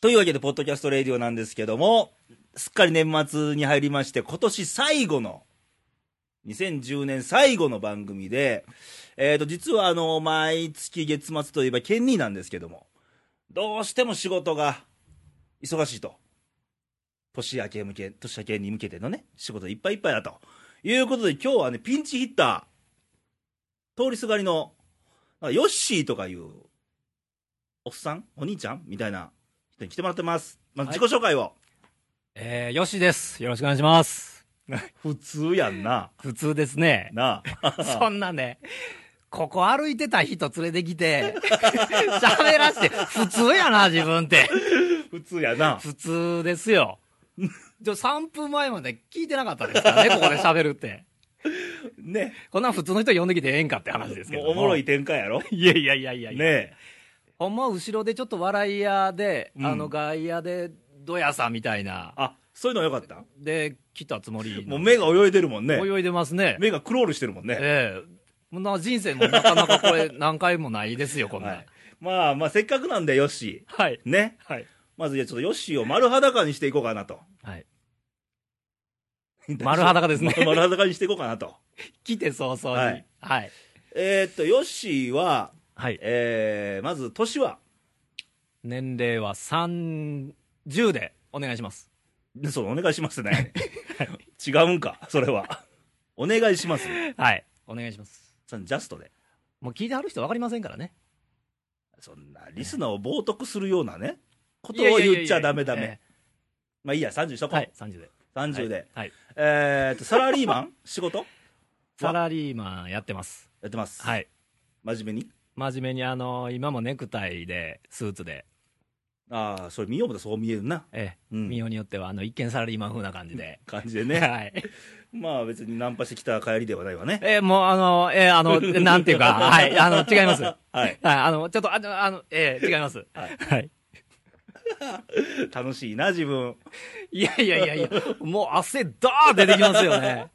というわけで、ポッドキャストレディオなんですけども、すっかり年末に入りまして、今年最後の、2010年最後の番組で、えっ、と、実はあの、毎月月末といえば、ケンニーなんですけども、どうしても仕事が忙しいと。年明け向け、年明けに向けてのね、仕事いっぱいいっぱいだと。いうことで、今日はね、ピンチヒッター、通りすがりの、なんかヨッシーとかいう、おっさんお兄ちゃんみたいな人に来てもらってます。まず自己紹介を。えー、よしです。よろしくお願いします。普通やんな。普通ですね。なあ。 そんなね、ここ歩いてた人連れてきて、 喋らして、普通やな、自分って。 普通やな。普通ですよ。じゃ3分前まで聞いてなかったですからね、ここで喋るって。ね。こんなん普通の人呼んできてええんかって話ですけどももうおもろい。展開やろ。いやいやいやいやいや。ねほんま後ろでちょっと笑い屋で、うんあの外野で、どやさんみたいな。あ、そういうのよかったで、来たつもりの。もう目が泳いでるもんね。泳いでますね。目がクロールしてるもんね。ええもうな人生もなかなかこれ何回もないですよ、こんなはん。い。まあまあ、せっかくなんで、ヨッシはい。ー。ね。はい。まず、じゃあちょっとヨッシーを丸裸にしていこうかなと。 はい。丸裸ですねま 丸裸にしていこうかなと。 来て早々に。ははいい。はい。えーっと、ヨッシーは、えー、まず、年は、年齢は30でお願いします。ねそう、お願いしますね。 違うんか、それは。お願いします。はい。お願いします。そのジャストで。もう聞いてはる人分かりませんからね。そんな、リスナーを冒涜するようなね、ことを言っちゃダメダいやいやいメや。。まあいいや、30にしとええこはうい。。30で。 30で。はい。えーっと、サラリー マン仕事サラリーマンやってます。やってます。はい。真面目に。真面目にあの、今もネクタイで、スーツで、ああ、それ見ようもだそう見えるな。ええ、うん。見ようによっては、あの、一見サラリーマン風な感じで感じではね。い。まあ別にナンパしてきた帰りではないわね。えー、もう、あの、えー、あ の、なんていうか、はい、あの、違います。はい、はい。あの、ちょっと、あの、あのえー、違います。はい。楽しいな、自分。いやいやいやいや、もう汗だー出てきますよね。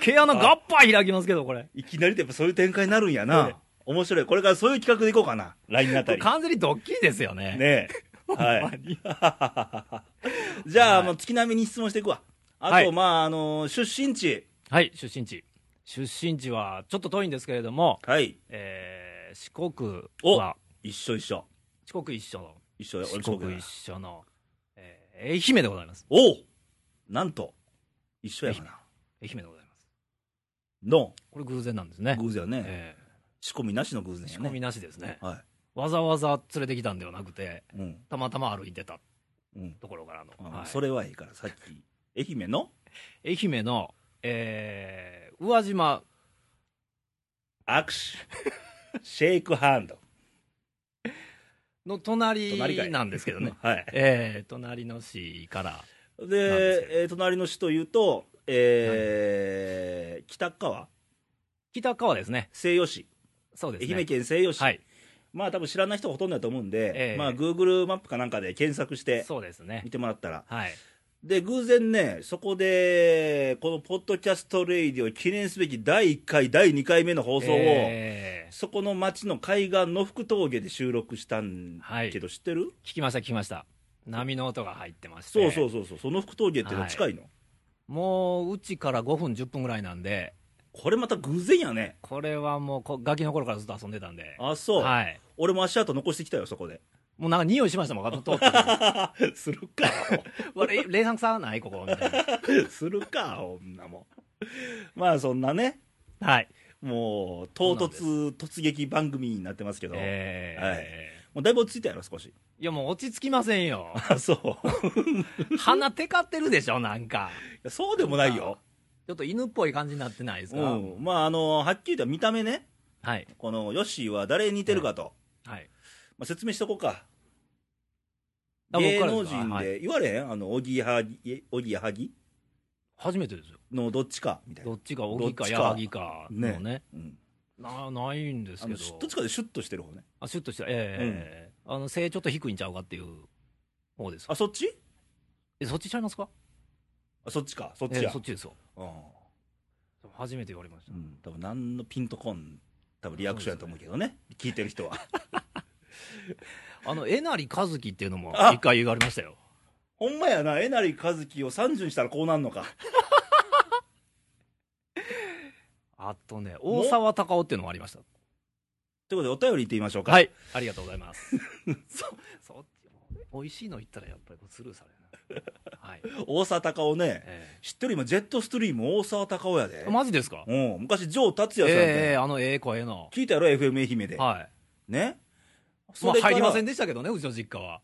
毛穴がっぱ開きますけど、これ。いきなりってやっぱそういう展開になるんやな。ええ面白い。これからそういう企画でいこうかな。来年あたり。完全にドッキリですよね。ねえ。ほんはまい。にじゃあ、はいもう月並みに質問していくわ。あと、はいまあ、あのー出身地。はい、出身地。出身地は、ちょっと遠いんですけれども、はい。えー、四国おは、一緒一緒。四国一緒の、一緒よ俺四そう国だ一緒の、えー、愛媛でございます。おうなんと、一緒やがな。愛媛でございます。のこれ偶然なんですね。偶然ね、え仕込みなしの偶然やー、ね。仕込みなしですね。はわざわざ連れてきたんではなくて、い。うん。たまたま歩いてたうん。ところからのあ。はいそれはいいから、さっき、愛媛の愛媛の、えー、宇和島、 握手。シェイクハンド。の隣かい隣なんですけ どね。はい。えー、隣の市から、で、ですけどえー隣の市というと、えー北川北川ですね。西予市、そうです愛ね。媛県西予市。はい。まあ多分知らない人がほとんどだと思うんで、ええまあ Google マップかなんかで検索してそうですね見。てもらったら。はい。で、偶然ね、そこで、このポッドキャストレイディを記念すべき第1回、第2回目の放送を、えーそこの町の海岸の福峠で収録したんはいけど、知ってる聞きました、聞きました。波の音が入ってまして。そうそうそうそう、その福峠っていうのは近いの、もう、うちから5分、10分ぐらいなんで、これまた偶然やね。これはもうこ、ガキの頃からずっと遊んでたんで。あ、そう。はい。俺も足跡残してきたよ、そこで。 もうなんか匂いしましたもん、通ってて。するか、われ冷蔵さないここ、みたいな。 するか、女も。まあそんなね、はい。もう唐突、突撃番組になってますけど、えーはいもうだいぶ落ち着いたやろ、少し。。いや、もう落ち着きません よあ、そう。鼻テカってるでしょ、なんか。そうでもないよ。ちょっと犬っぽい感じになってないですうか、ん。まあ、あの、はっきり言った見た目ね、はい。このヨッシーは誰に似てるかと、はい。まあ、説明しとこうか。あ芸僕から能ですか人はいで、言われへんあの、おぎやはぎ、おぎやはぎ初めてですよ。のどっちか、みたいどな。っちが小木どっかち矢か作かのね。うん。なないんですあけの、ど。しどっちかでシュッとしてる方ね。あ、シュッとした。ええあの、背ちょっと低いんちゃうかっていう方です。あ、そっちえ、そっちちゃいますかあ、そっちか、そっえちえや。そっちですよ。うん初めて言われました。うん、多分 何のピンとこん多分リアクションやと思うけどね聞いてる人はあの、えなりかずきっていうのもあ一回言われましたよ。ほんまやな、えなりかずきを30にしたらこうなんのか。あとね、大沢たかおっていうのもありました。ということで、お便りいってみましょうか。はい。ありがとうございます。 そ、そっち、美味しいの言ったらやっぱりこうスルーされる な。はい。大沢たかおね、え知ってる今、ジェットストリーム大沢たかおやでえ。マジですかうん、昔、ジョー達也さんって、ええあの、ええ声の。聞いたやろ、FM 愛媛で。はい。ね。まあ、入りませんん。でしたけどね、うちの実家は。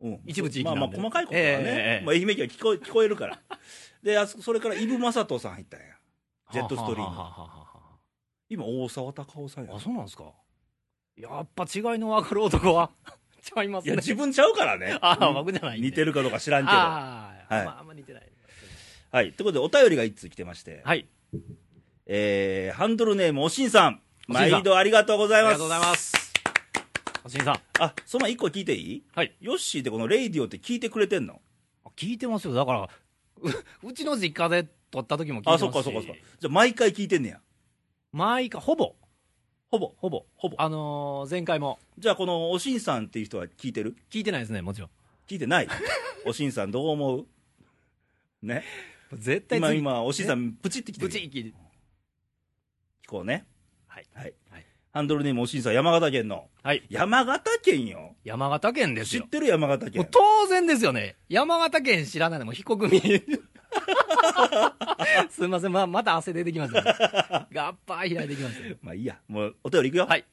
うん、一部地域まなあんでまあ、細かいことはね、ええええまあ、愛媛県は聞こえ聞こえる から。で、あそこそれから、イブ・マサトさん入ったんや。ジェットストリームははははは今、大沢たかおさんやは。あ、。そうなんですか。やっぱ違いの分かる男は、 違いますいや、ね。。自分ちゃうからね ああ、僕じゃないんで。似てるるかどうか知らんけど。はああ、はいまあ、あんま似てない。い。ということで、お便りが一通来てまして、はい。えー、ハンドルネーム、おしんさん。おしんさん毎度ありがとうござあいります。がとうございま。す。おしんさん。あ、その前一個聞いていいはい。ヨッシーってこのレイディオって聞いてくれてんのあ聞いてますよ。だから、ううちの実家で撮った時も聞いてまあ、すし。そっかそっかそっか。じゃあ毎回聞いてんねや。毎回、ほぼ、ほぼ。ほぼ、ほぼあのー前回もじゃあこのおしんさんっていう人は聞いてる聞いてないですね、もちろん。聞いてないおしんさんどう思うね。絶対今、今、おしんさんプチって来てぶる。ち聞いき。こうね。はい。はいはい。ハンドルネームおしんさん、山形県の。はい。山形県よ。山形県です知っよ。てる山形もう県。当然ですよね。山形県知らないのも 彦組。すいません、まあ、また汗出てきまし たね。ガッパー開いてきましたよ。まあいいや。もうお便りいくよ。はい。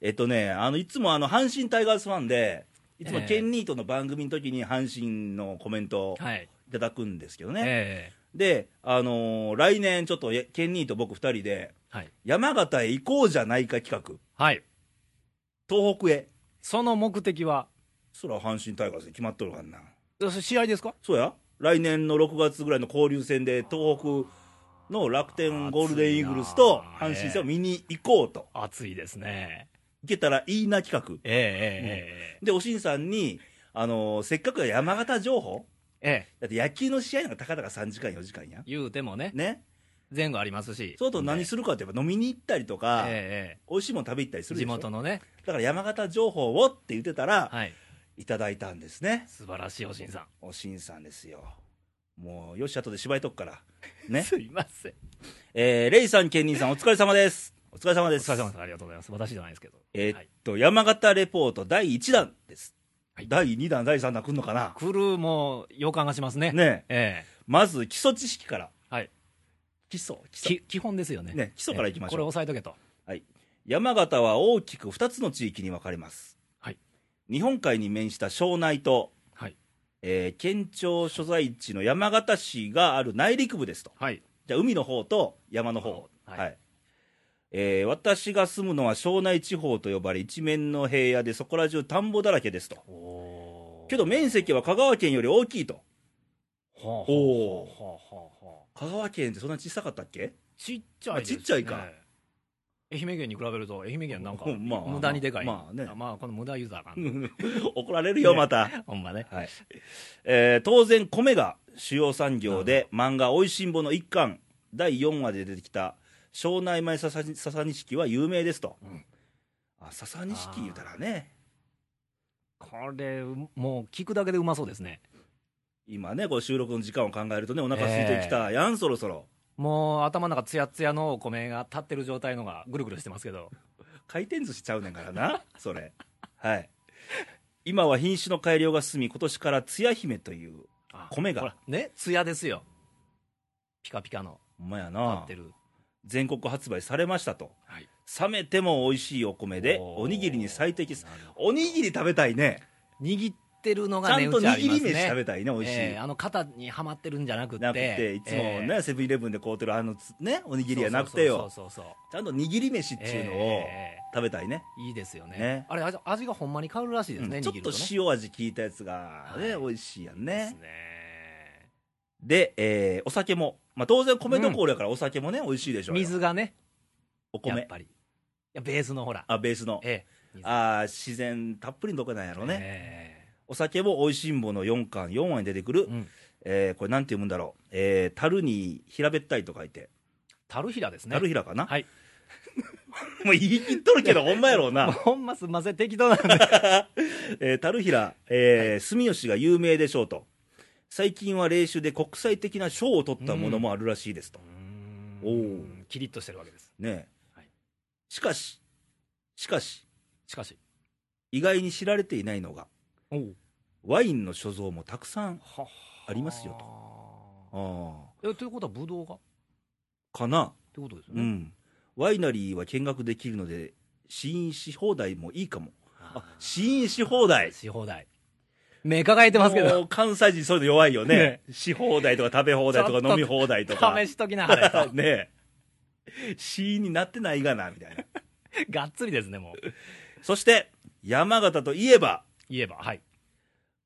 えっとね、あの、いつもあの、阪神タイガースファンで、いつもええケンニートの番組の時に阪神のコメントをはい。いただくんですけどね。ええで、あのー来年ちょっとやケンニーと僕2人ではい。山形へ行こうじゃないか企画はい。東北へその目的は、そら阪神タイガースで決まっとるからな試合ですかそうや来年の6月ぐらいの交流戦で東北の楽天ゴールデンイーグルスと阪神戦を見に行こうと暑いですね。行けたらいいな企画ええええでおしんさんに、あのーせっかくや山形情報ええええだって野球の試合なんかたかだか3時間4時間や言うてもね、ね前後ありますし。そうと何するかってやっぱ飲みに行ったりとか、ええ美味しいもの食べ行ったりえすえるで地しょ元のね、だから山形情報をって言ってたら、はい。いただいたんですね。素晴らしいおしんさん。おしんさんですよ。もう、よし、後で芝居とくから。ね。すいません。えー、レイさん、ケンニーさん、お疲れ様です。お疲れ様おです。疲れ様です。ありがとうございます。私じゃないですけど。えーはいっと、山形レポート第1弾です。はい第2弾、第3弾来んのかな来るも予感がしますね。ねええまず、基礎知識から。えはい。基礎、基礎。き基本ですよね。ね基礎からいきましょうええこれ押さえとけと。はい。山形は大きく2つの地域に分かれます。はい。日本海に面した庄内と、はい。えー県庁所在地の山形市がある内陸部ですと。はい。じゃあ海の方と山の方、ははいいえー私が住むのは庄内地方と呼ばれ、一面の平野でそこら中田んぼだらけですと、おけど面積は香川県より大きいと、ほうほうほうほうほう香川県ってそんな小さかったっけ ちっちゃいです、ね。あちっちゃいか。愛媛県に比べると、愛媛県なんか、ほんまあ無駄にでかい。まあねまあ、この無駄ユーザーかうな。ん怒られるよ、また、ほんまね。はいえー当然、米が主要産業で、漫画、おいしんぼの一巻、第4話で出てきた庄内前笹笹錦は有名ですと、うんあ笹錦言うたらね、これ、もう聞くだけでうまそうですね。今ね、こう収録の時間を考えるとね、お腹空いてきたやん、そろそろ。もう頭の中つやつやのお米が立ってる状態のがぐるぐるしてますけど。回転寿司ちゃうねんからな、それ。はい。今は品種の改良が進み、今年からつや姫という、あ米がほらね、つやですよ。ピカピカのほんまや立なって、る。全国発売されましたと。はい。冷めても美味しいお米で、おにぎりに最適です。なるほどおにぎり食べたいね。握ってるのちがゃ値ん打とちあ握りますりね飯食べたいね、美味しい。ええあの肩にはまってるんじゃなくってなくて、いつもね、ええセブンイレブンで買うてるあのつね、おにぎりやなくてよ。そうそうそうそうちゃんと握り飯っていうのをえ食べたいね。えいいですよねねあれ味味がほんまに変わるらしいですね、うんちょ握っるとね塩味効いたやつが、ねはい美味しいやんですねねで、えーお酒も、まあ、当然米どころやからお酒もね、美味しいでしょうよ水がねおやっ米ぱりいやベースのほらあベースの、ええあー自然たっぷりのとこなんやろうね、ねお酒も美味しんぼの4巻4話に出てくる、うんえーこれなんて読むんだろう、えー、樽に平べったいと書いて樽平ですね樽平かな、はい もう言い切っとるけど、ほんまやろうもうな。ほん ますんません、適当なんで。えー、樽平、えー住吉が有名でしょうと。最近は霊種で国際的な賞を取ったものもあるらしいですと。おーキリッとしてるわけです。ねえはいしかし、しかし、しかし。意外に知られていないのが、おワインの所蔵もたくさんはありますよあと。ーえということは、ブドウがっかな、てことですようね。ん。ワイナリーは見学できるので、試飲し放題もいいかも。ああ試飲し放題。し放題。目輝いてますけもど。う関西人そういうの弱いよねねし放題とか食べ放題とちょっかと飲み放題とか。試しときなはれと。 ねえ。死因になってないがな、みたいな。 がっつりですね、もう。そして、山形といえば、言えば、はい。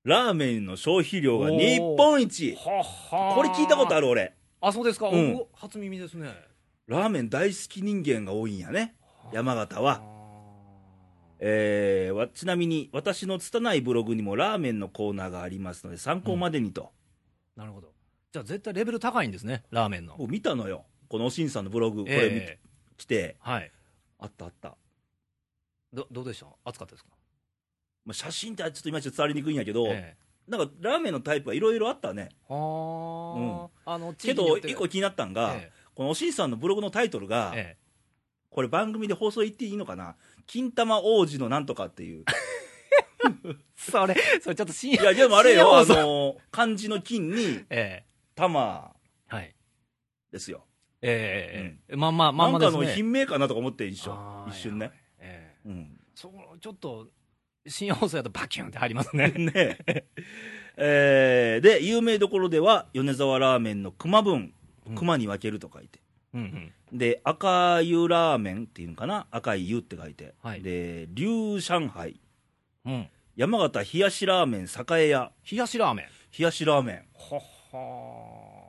ラーメンの消費量が日本一。ははこれ聞いたことある。る俺。あ、そうですか。うんお初耳ですね。ラーメン大好き人間が多いんやね。山形あは。えーわちなみに、私の拙いブログにもラーメンのコーナーがありますので、参考までにと。ーなるほど。じゃあ、絶対レベル高いんですね、ラーメンの。僕見たのよ。このおしんさんのブログ、こええれ見て、来て、はい。あったあった。どどうでした暑かったですかまあ、写真ってちょっと今ちょっと伝わりにくいんやけど、ええなんかラーメンのタイプはいろいろあったね。はーあの地け域によど、って一個気になったんが、えこのおしんさんのブログのタイトルがえ、えこれ番組で放送言っていいのかな金玉王子のなんとかって いう。えそれ、それちょっと深い 夜、や、でもあれよ、あ金玉の、漢字の金にえ玉えはい。ですよ。ええええまんま、まんまでなんすかね。の品名かなとか思って一瞬あ、ー一瞬ね。。ええうん。そう、ちょっと、新要素やとバキュンって入りま すね。ねえ。えーで、有名どころでは、米沢ラーメンの熊分う、ん熊に分けると書いて。うんうん。で、赤湯ラーメンっていうのかな赤い湯って書いて。はいで、龍上海、うん。山形冷やしラーメン栄屋、冷やしラーメン。冷やしラーメン。はは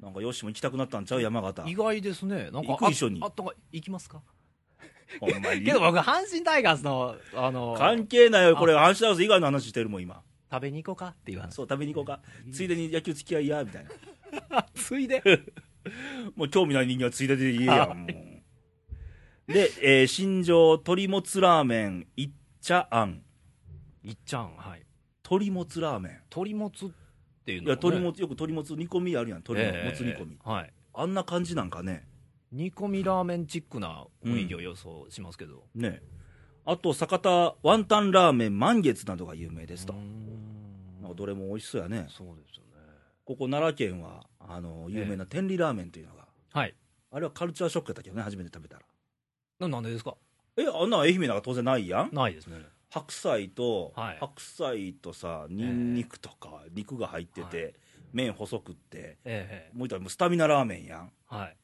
なんかよしも行きたくなったんちゃう山形。意外ですね。なんか、行く一緒にああったかい行きますかほんまに けど僕、阪神タイガースの、あの、関係ないよ、これ、阪神タイガース以外の話してるもん、今。食べに行こうかっていう話。そう、食べに行こうか。ついでに野球付き合いや、みたいな。ついで。もう興味ない人間はついでで言えやはん、もう。で、えー新庄鶏もつラーメン、いっちゃあん。いっちゃん、はい。鶏もつラーメン。鳥もつっていういのや、鶏もつつ、よく鶏もつ煮込みあるやん、鶏もつ煮込み。はいあんな感じなんかね。煮込みラーメンチックな雰囲気を予想しますけど、ね。あと、酒田ワンタンラーメン満月などが有名ですとう。なんんかどれも美味しそうやね。そうですよねここ奈良県は、あの、有名な天理ラーメンというのが。はいあれはカルチャーショックやったけどね、初めて食べたら。ななんでですかえ、あんなん愛媛なんか当然ないやんないですね白菜と、はい白菜とさ、ニンニクとか、肉が入ってて、は麺細くって、ええもう言ったらもうスタミナラーメンやん。はい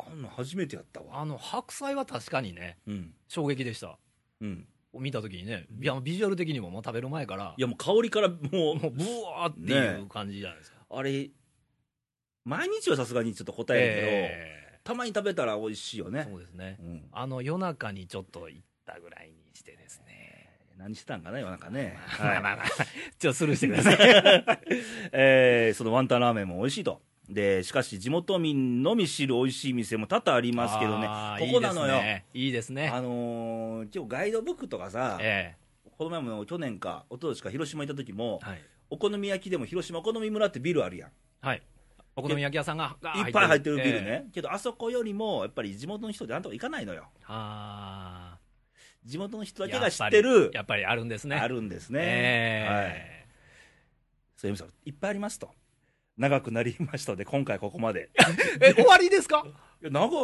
あんなん初めてやったわ。あの白菜は確かにねうん。衝撃でしたうん。見た時にねいやビジュアル的にももう食べる前からいやもう香りからもう、もうブワーっていう感じじゃないですか、あれ、毎日はさすがにちょっと答えるけど、えたまに食べたら美味しいよえね。そうですねうん。あの夜中にちょっと行ったぐらいにしてですね何してたんかな、夜中ね。 まはあいまあまあちょっとスルーしてく ださいえーそのワンタンラーメンも美味しいと。で、しかし地元民のみ知る美味しい店も多々ありますけどね。あーここなのよいいですねいいですねあのー、今日ガイドブックとかさ、えこの前も去年か、一昨年か広島行った時もえ、はいお好み焼きでも広島お好み村ってビルあるやん。はい。お好み焼き屋さんががいっぱい入ってるビル。ええね。けど、あそこよりも、やっぱり地元の人であんとこ行かないのよ。あ地元の人あ。だけが知ってる、やっぱりやっぱりあるんですね。あるんですね。はい。えそういう意味でいっぱいありますと。長くなりましたので、今回ここまで。ええ、終わりですかいや、なんか、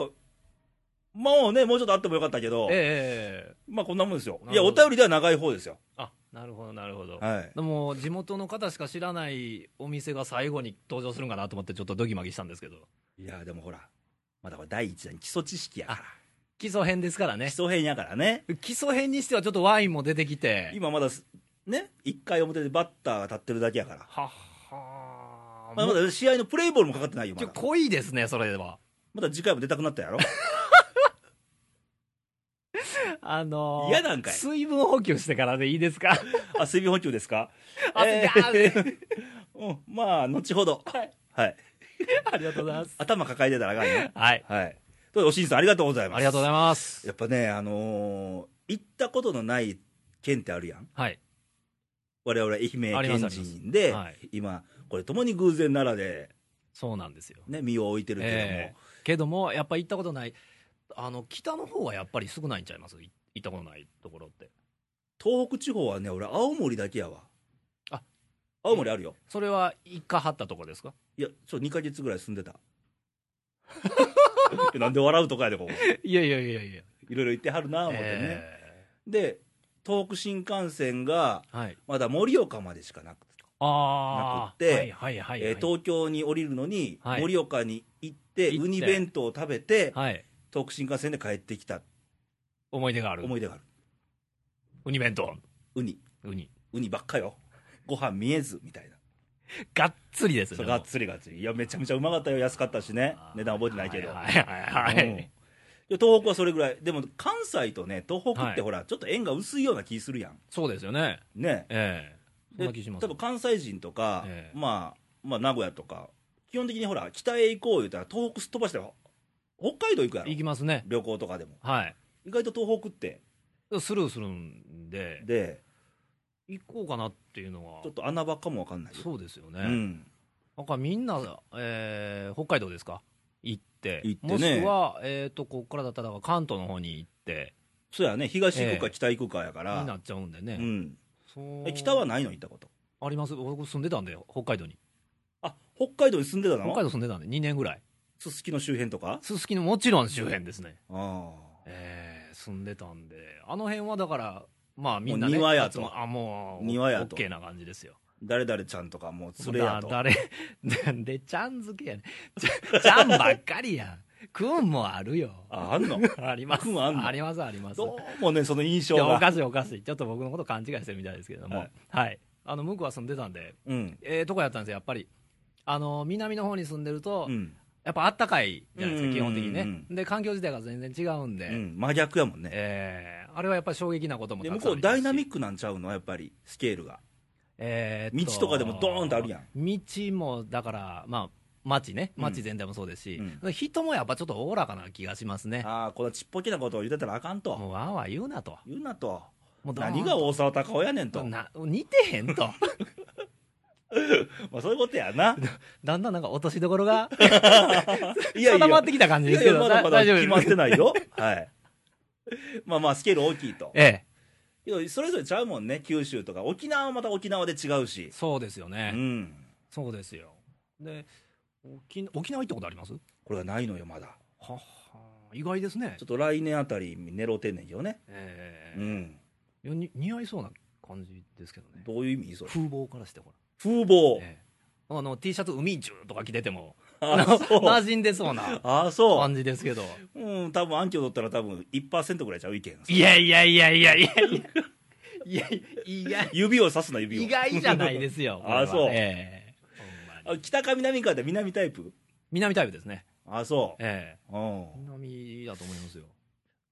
まあね、もうちょっとあってもよかったけど、ええ。まあこんなもんですよ。ないるや、ほおど便りでは長い方ですよ。あ、なるほど、なるほど。はい。でも、地元の方しか知らないお店が最後に登場するんかなと思って、ちょっとドギマギしたんですけど。いや、でもほら、まだこれ第一弾、基礎知識やから。基礎編ですから基ね。礎編やからね。基礎編にしてはちょっとワインも出てきて。今まだす、ね、1回表でバッターが立ってるだけやから。はっはーまあ、まだ試合のプレイボールもかかってないよ、まちょだ。濃いですね、それでは。まだ次回も出たくなった やろ。あのー嫌なんかい水分補給してからでいいで すかあ、水分補給ですかあえいやー うん、まあ、後ほど。はい。ありがとうございます。頭抱えてたらあかんね。はい。はい。ということでおしんさんありがとうございますありがとうございます。やっぱねあのー行ったことのない県ってあるやんはい。我々愛あり媛県ますあります人で、はい今これともに偶然奈良でそうなんですよ。ね身を置いてるけども、ええけども、やっぱ行ったことない、あの、北の方はやっぱり少ないんちゃいますい行ったことないところって。東北地方はね俺青森だけやわあ青森あるよそれは一回張ったところですかいやそう2か月ぐらい住んでた いやなんで笑うとかやでここいやいやいやいや。いろいろ言ってはるな思ってね、えで東北新幹線がえはい。まだ盛岡までしかなくて、なああ。くってはいはいはい、はいえー東京に降りるのにはい盛岡に行って,、行ってウニ弁当を食べて、はい。東北新幹線で帰ってきた思い出がある。思い出があるウニ弁当。ウニウニ。ウニばっかよご飯見えずみたいながっつりですね。そうがっつりがっつりいやめちゃめちゃうまかったよ安かったしねあー値段覚えてないけど、はいはいはい、うんいや東北はそれぐらいでも関西とね東北っはていほら、ちょっと縁が薄いような気するやんそうですよね。ねええそんでな気します多分。関西人とか、ええまあ、まあ名古屋とか基本的にほら北へ行こう言うたら東北すっ飛ばして北海道行くやろ行きますね。旅行とかでもはい。意外と東北ってスルーするんで、で行こうかなっていうのはちょっ、と穴場かもわかんないよそうですよね。うん、なんかみんな、えー北海道ですか行って。行ってねもしくは、えっ、と、ここからだったら関東の方に行って、そうやね東行くえかえ北行くかやから、になっちゃうんでうね。ん、そうえ北はないの行ったことあります。僕住んでたんで、北海道に。あ北海道に住んでた北海の道住んでたんで、2年ぐらい。すすきの周辺とかすすきのもちろん周辺ですね。あえー、住んでたんで、あの辺はだから、まあみんな、ね、もう庭やと集まあ、もう、庭やとオッケーな感じですよ。誰々ちゃんとかもう連れやとだ誰、 なんでちゃん付けやねん。ちゃちゃんばっかりやん。くんもあるよ。ああんの あります。くんあんのります、あります。どうもねその印象いやおがかしいおかしい。ちょっと僕のこと勘違いしてるみたいですけども。ははいい。あの、向こうは住んでたんで、うんええとこやったんですよ、やっぱり。あの、南の方に住んでると、うん、やっぱあったかいじゃないですか、基本的にうんうねん。で、環境自体が全然違うんで、うん、真逆やもんねええあれはやっぱり衝撃なこともでたく向さんこあうりダイナミク、ックなんちゃうのやっぱりスケールがえー道とかでもドーンとあるやん道もだからまあ街ねうん街全体もそうですし、う人もやっぱちょっとおおらかな気がしますねああこんなちっぽけなことを言ってたらあかんともうわーわー言うなと言うなともうドーン何が大沢たかおやねんとまな似てへんとあそういうことや なだんだんなんか落としどころがいやいや定まってきた感じいやですいけやまどだまだ大丈夫決まってない よはいまあまあスケール大きいとえけどそれぞれちゃうもんね九州とか沖縄はまた沖縄で違うしえそうですよね、うんそうですよで沖沖縄行ったことありますはこれがないのよまだっはー意外ですねちょっと来年あたり狙うてんねんけどねえうえんいやに似合いそうな感じですけどねどういう意味それ風貌からしてほら風貌ええあの T シャツ海中とか着てても、あなあそう馴染んでそうなああそう感じですけど。うん、多分アンケート取ったら多分1%ぐらいちゃう意見。いやいやいやいやいやいや。いや、指を指すな、指を。意外、意外じゃないですよ。ああこれはそうええほんま にあ北か南かって南タイプ南タイプですね。あ、そえう。うんえ。南だと思いますよ。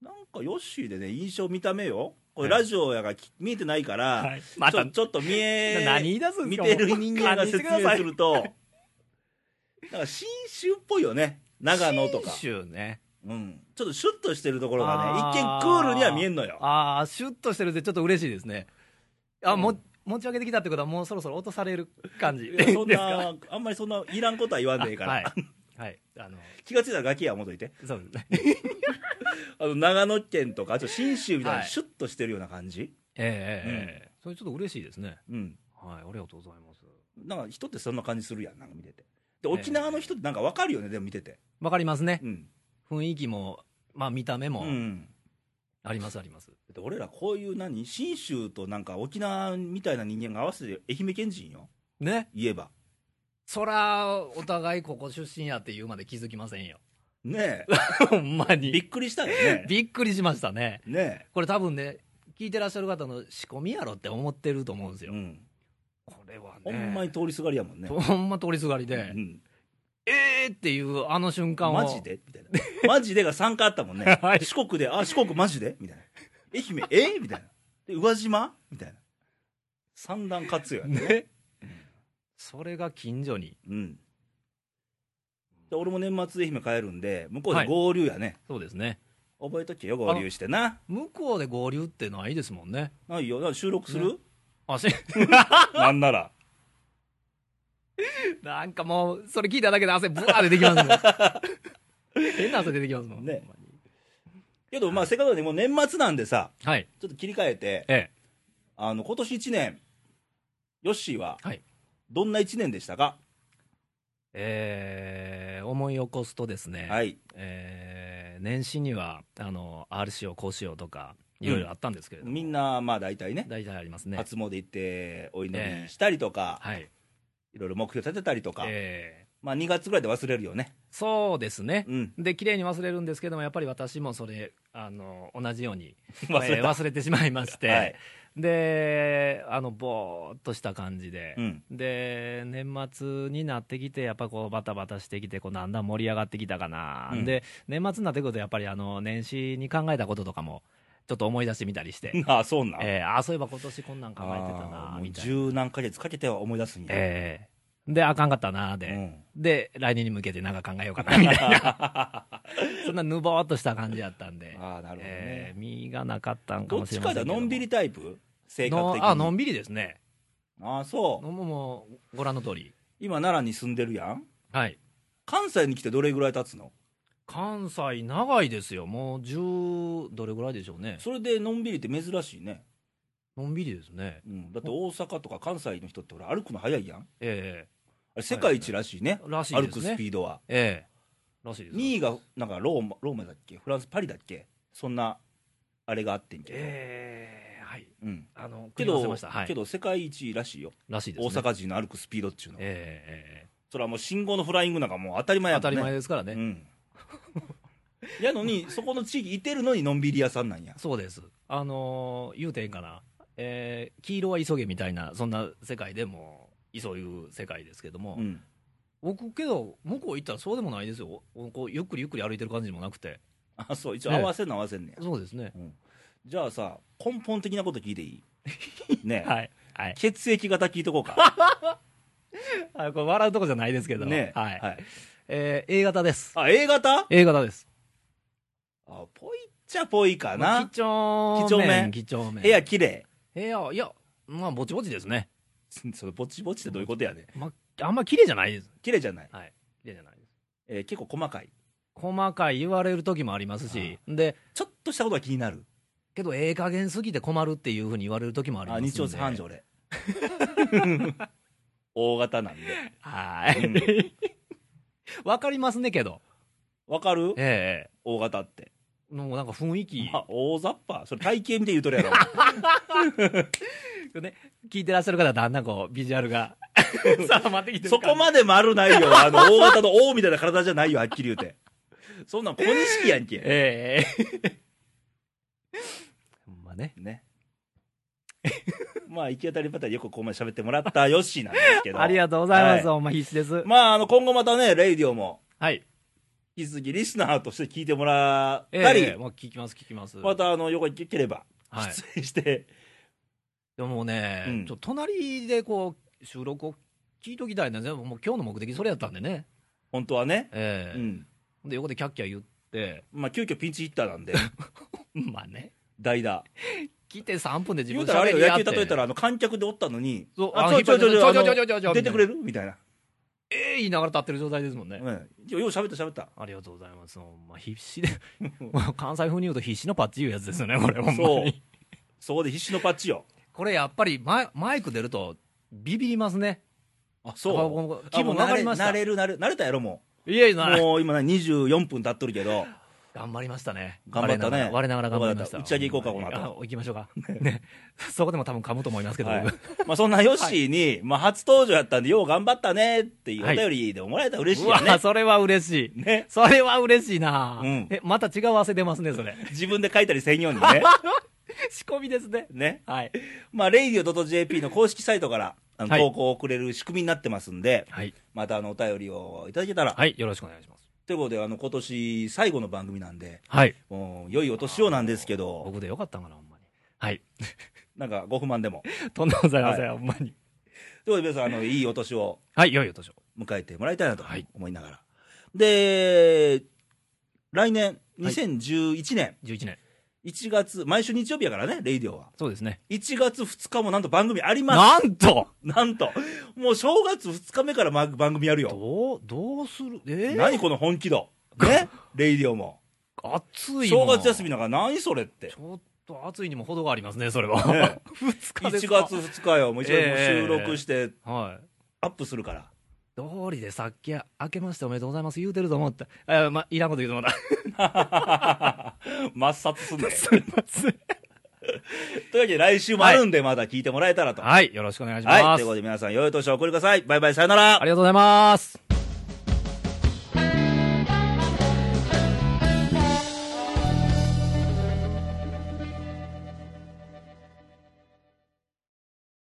なんかヨッシーでね、印象見た目よ。これはいラジオやがき見えてないから、はい。まちょた、ちょっと見え、何言い出すんで見すかてる人間がもう説勘弁してくだ明さいすると、なんか信州っぽいよね。長野とか信。州ね。うん。ちょっとシュッとしてるところがね、あ一ー見クールには見えんのよ。ああ、シュッとしてるんでちょっと嬉しいですね。あ、うもん、持ち上げてきたってことはもうそろそろ落とされる感じいでやすそんか。な、あんまりそんな、いらんことは言わんでいいから。はい。はい。あの、気がついたらガキや戻いて。そうですね。あの長野県とか、あと信州みたいな、はいシュッとしてるような感じ、ええええそれちょっと嬉しいですね。うん、はい、ありがとうございます。なんか人ってそんな感じするやん、なんか見てて。で、え沖縄の人ってなんかわかるよね、でも見てて。わかりますね。うん。雰囲気も、まあ見た目うも、ん、ありますあります。で俺ら、こういう何、信州となんか沖縄みたいな人間が合わせて愛媛県人よ、ね。言えば。そら、お互いここ出身やって言うまで気づきませんよ。 ねほんまえ、びに。っくりしたよね。 びっくりしましたね。ねこれ多分ね、聞いてらっしゃる方の仕込みやろって思ってると思うんですえ、よ。うん。これはね。ほんまに通りすがりやもんね。ほんま通りすがりうで、ん、えーっていうあの瞬間を。。マジでみたいな。 マジでが3回あったもんね はい四国で、あ、四国マジでみたいな。愛媛、えみたいな。で、宇和島みたいな。三段活用やね。ね。それが近所に。うん。で俺も年末愛媛帰るんで、向こうはでい合流やね。そうですね。覚えとけよ、合流してな。向こうで合流ってないですもんね。ないよ、だから収録する、あ、せ、 なんなら。なんかもう、それ聞いただけで汗ブワー出てきますもん。 変な汗出てきますもん。ねけど、まあ、せっかくなんで、もう年末なんでさ、はい。ちょっと切り替えて、ええ。あの今年1年、ヨッシーははい。どんな1年でしたか、えー、思い起こすとですね、はい、えー年始には、あの、R 仕様、こうしようとか、いろいろあったんですけれども、みんな、まあ大体ね、大体ありますね。初詣行って、お祈りしたりとか、はい。いろいろ目標立てたりとか、えまあ2月ぐらいで忘れるよね。ーそうですね。うん、で綺麗に忘れるんですけどもやっぱり私もそれあの同じように 忘れたえー忘れてしまいまして、はいであのぼーっとした感じで、うんで年末になってきてやっぱこうバタバタしてきてこうだんだん盛り上がってきたかな、うんで年末になってくるとやっぱりあの年始に考えたこととかもちょっと思い出してみたりして、ああ、そうなん、えーああそういえば今年こんなん考えてたあなーもうみたいな、十何ヶ月かけては思い出すんや、えーであかんかったなーで、うんで来年に向けてなんか考えようかなみたいな そんなぬぼーっとした感じやったんでああなるほどねえー身がなかったんかどもっしちれまかせだんけどのんびりタイプ性格の的にあのんびりですねああそうのももうご覧の通り今奈良に住んでるやんはい関西に来てどれぐらい経つの関西長いですよもう10どれぐらいでしょうねそれでのんびりって珍しいね、のんびりですねうん、だって大阪とか関西の人って俺歩くの早いやんあえれ世界一らしいね、えらしい歩ですくねスピードはええらしいです2位がなんかローマローマだっけフランスパリだっけそんなあれがあってんけど、ええはいうん、あのけ組み合わせどましたはいけど世界一らしいよ、らしいです大ね阪人の歩くスピードっていうのは、えええそれはもう信号のフライングなんかもう当たりえ前やもん当たりね前ですからね、うん、 やのに、そこの地域いてるのにのんびり屋さんなんや。そうです、あのー言うてええんかな、えー黄色は急げみたいな、そんな世界でも、急ぐ世界ですけども、うん、僕、けど、向こう行ったらそうでもないですよ、おこうゆっくりゆっくり歩いてる感じもなくて、あそう一応ね合わせんの合わせんねや、そうですね、うんじゃあさ根本的なこと聞いてい いねえ、はい、はい、血液型聞いとこうかこれ、笑うとこじゃない ですけど、ねえはいえー A 型です、あ A 型 A 型です、あぽいっちゃぽいかまあな几帳几帳面面、几帳面、部屋綺麗部屋、いや、まあ、ぼちぼちですね、 そのぼちぼちってどういうことやねまあ、あんま綺麗じゃないです、綺麗じゃない、はい、綺麗じゃないです。えー結構細かい細かい言われる時もありますし、で、ちょっとしたことが気になるけど、ええ加減すぎて困るっていうふうに言われる時もあありますんで日曜日繁盛 俺大型なんではい。 わ、かりますね、けど。わかるえ大型ってえもうなんか雰囲気、まあ大雑把それ体型見て言うと るやろね、聞いてらっしゃる方はだんだんこう、ビジュアルが、定まってきてる そこまで丸ないよあの大型の王みたいな体じゃないよはっきり言うてそんなん小錦やんけええほんまね。ねまあ行き当たりばったりよくここまで喋ってもらったヨッシーなんですけどありがとうございます。はほんま必死です。まああの今後またねレイディオもはい。引き続きリスナーとして聞いてもらっえたり、えまあ聞きます、聞きます。またあの横に行ければはい。出演して、でももうね、うんちょっと隣でこう、収録を聞いときたいな。でももう今日の目的それやったんでね。本当はね、ええうんで、横でキャッキャ言って、まあ急遽ピンチヒッターなん でまあね。代打来て3分で自言分うたらあれよ野球って例えたらあの観客でおったのにそうああちょいちょいちょいちょいちょいあのちょいちょいちょい出てくれるみたいな、ええ言いながら立ってる状態ですもんね、うん、よう喋った喋ったありがとうございますほんま必死でまあ関西風に言うと必死のパッチいうやつですよねこれほんまそうにそこで必死のパッチよこれやっぱりマイマイク出るとビビりますねああもう気分あもう慣上れがりました慣れる慣れ慣れたやろもいやいうやもう今ね24分経っとるけど頑張りましたね頑張ったね我ながら我ながら頑張りましたよかった打ち上げ行こうかこの後あ行きましょうかねそこでも多分噛むと思いますけど、はい僕まあ、そんなヨッシーに、まあ、初登場やったんで、よう頑張ったねっていうお便りでもらえたら嬉しいうよね。わそれは嬉しいねそれは嬉しいな、うんえまた違う汗出ますねそれ自分で書いたりせんように ね。仕込みですねね。はいまあ、radio.jp の公式サイトから、あのはい投稿を送れる仕組みになってますんで、はい、またあのお便りをいただけたら。はい、よろしくお願いしますということで、あの、今年最後の番組なんで、はいもう、良いお年をなんですけど、僕でよかったんかな、ほんまに。はい。なんかご不満でも。とんでもございません、はほんまに。ということで、皆さん、あの、いいお年をはい、良いお年を。迎えてもらいたいなとはい思いながら。で、来年、はい2011年、 11年。 1月、毎週日曜日やからね、レイディオは。そうですね。 1月2日もなんと番組あります。なんとなんと、もう正月2日目からま番組やるよ。どう、どうするえー、何この本気度。ね レイディオも。暑いな正月休みなんか何それってち。ょっと暑いにも程がありますね、それは。 ね2 1日で月すか2日よ、もう一応もう収録してはい。アップする から。通りでさっき、明けましておめでとうございます言うてると思った。あ、ま、いらんこと言うとまだ。抹殺すんね。 すいませというん。わけで来週もあるんで、まだ聞いてもらえたらと。はい。はい、よろしくお願いします。ということで皆さん、良いお年をお送りください。バイバイ、さよなら。ありがとうございます。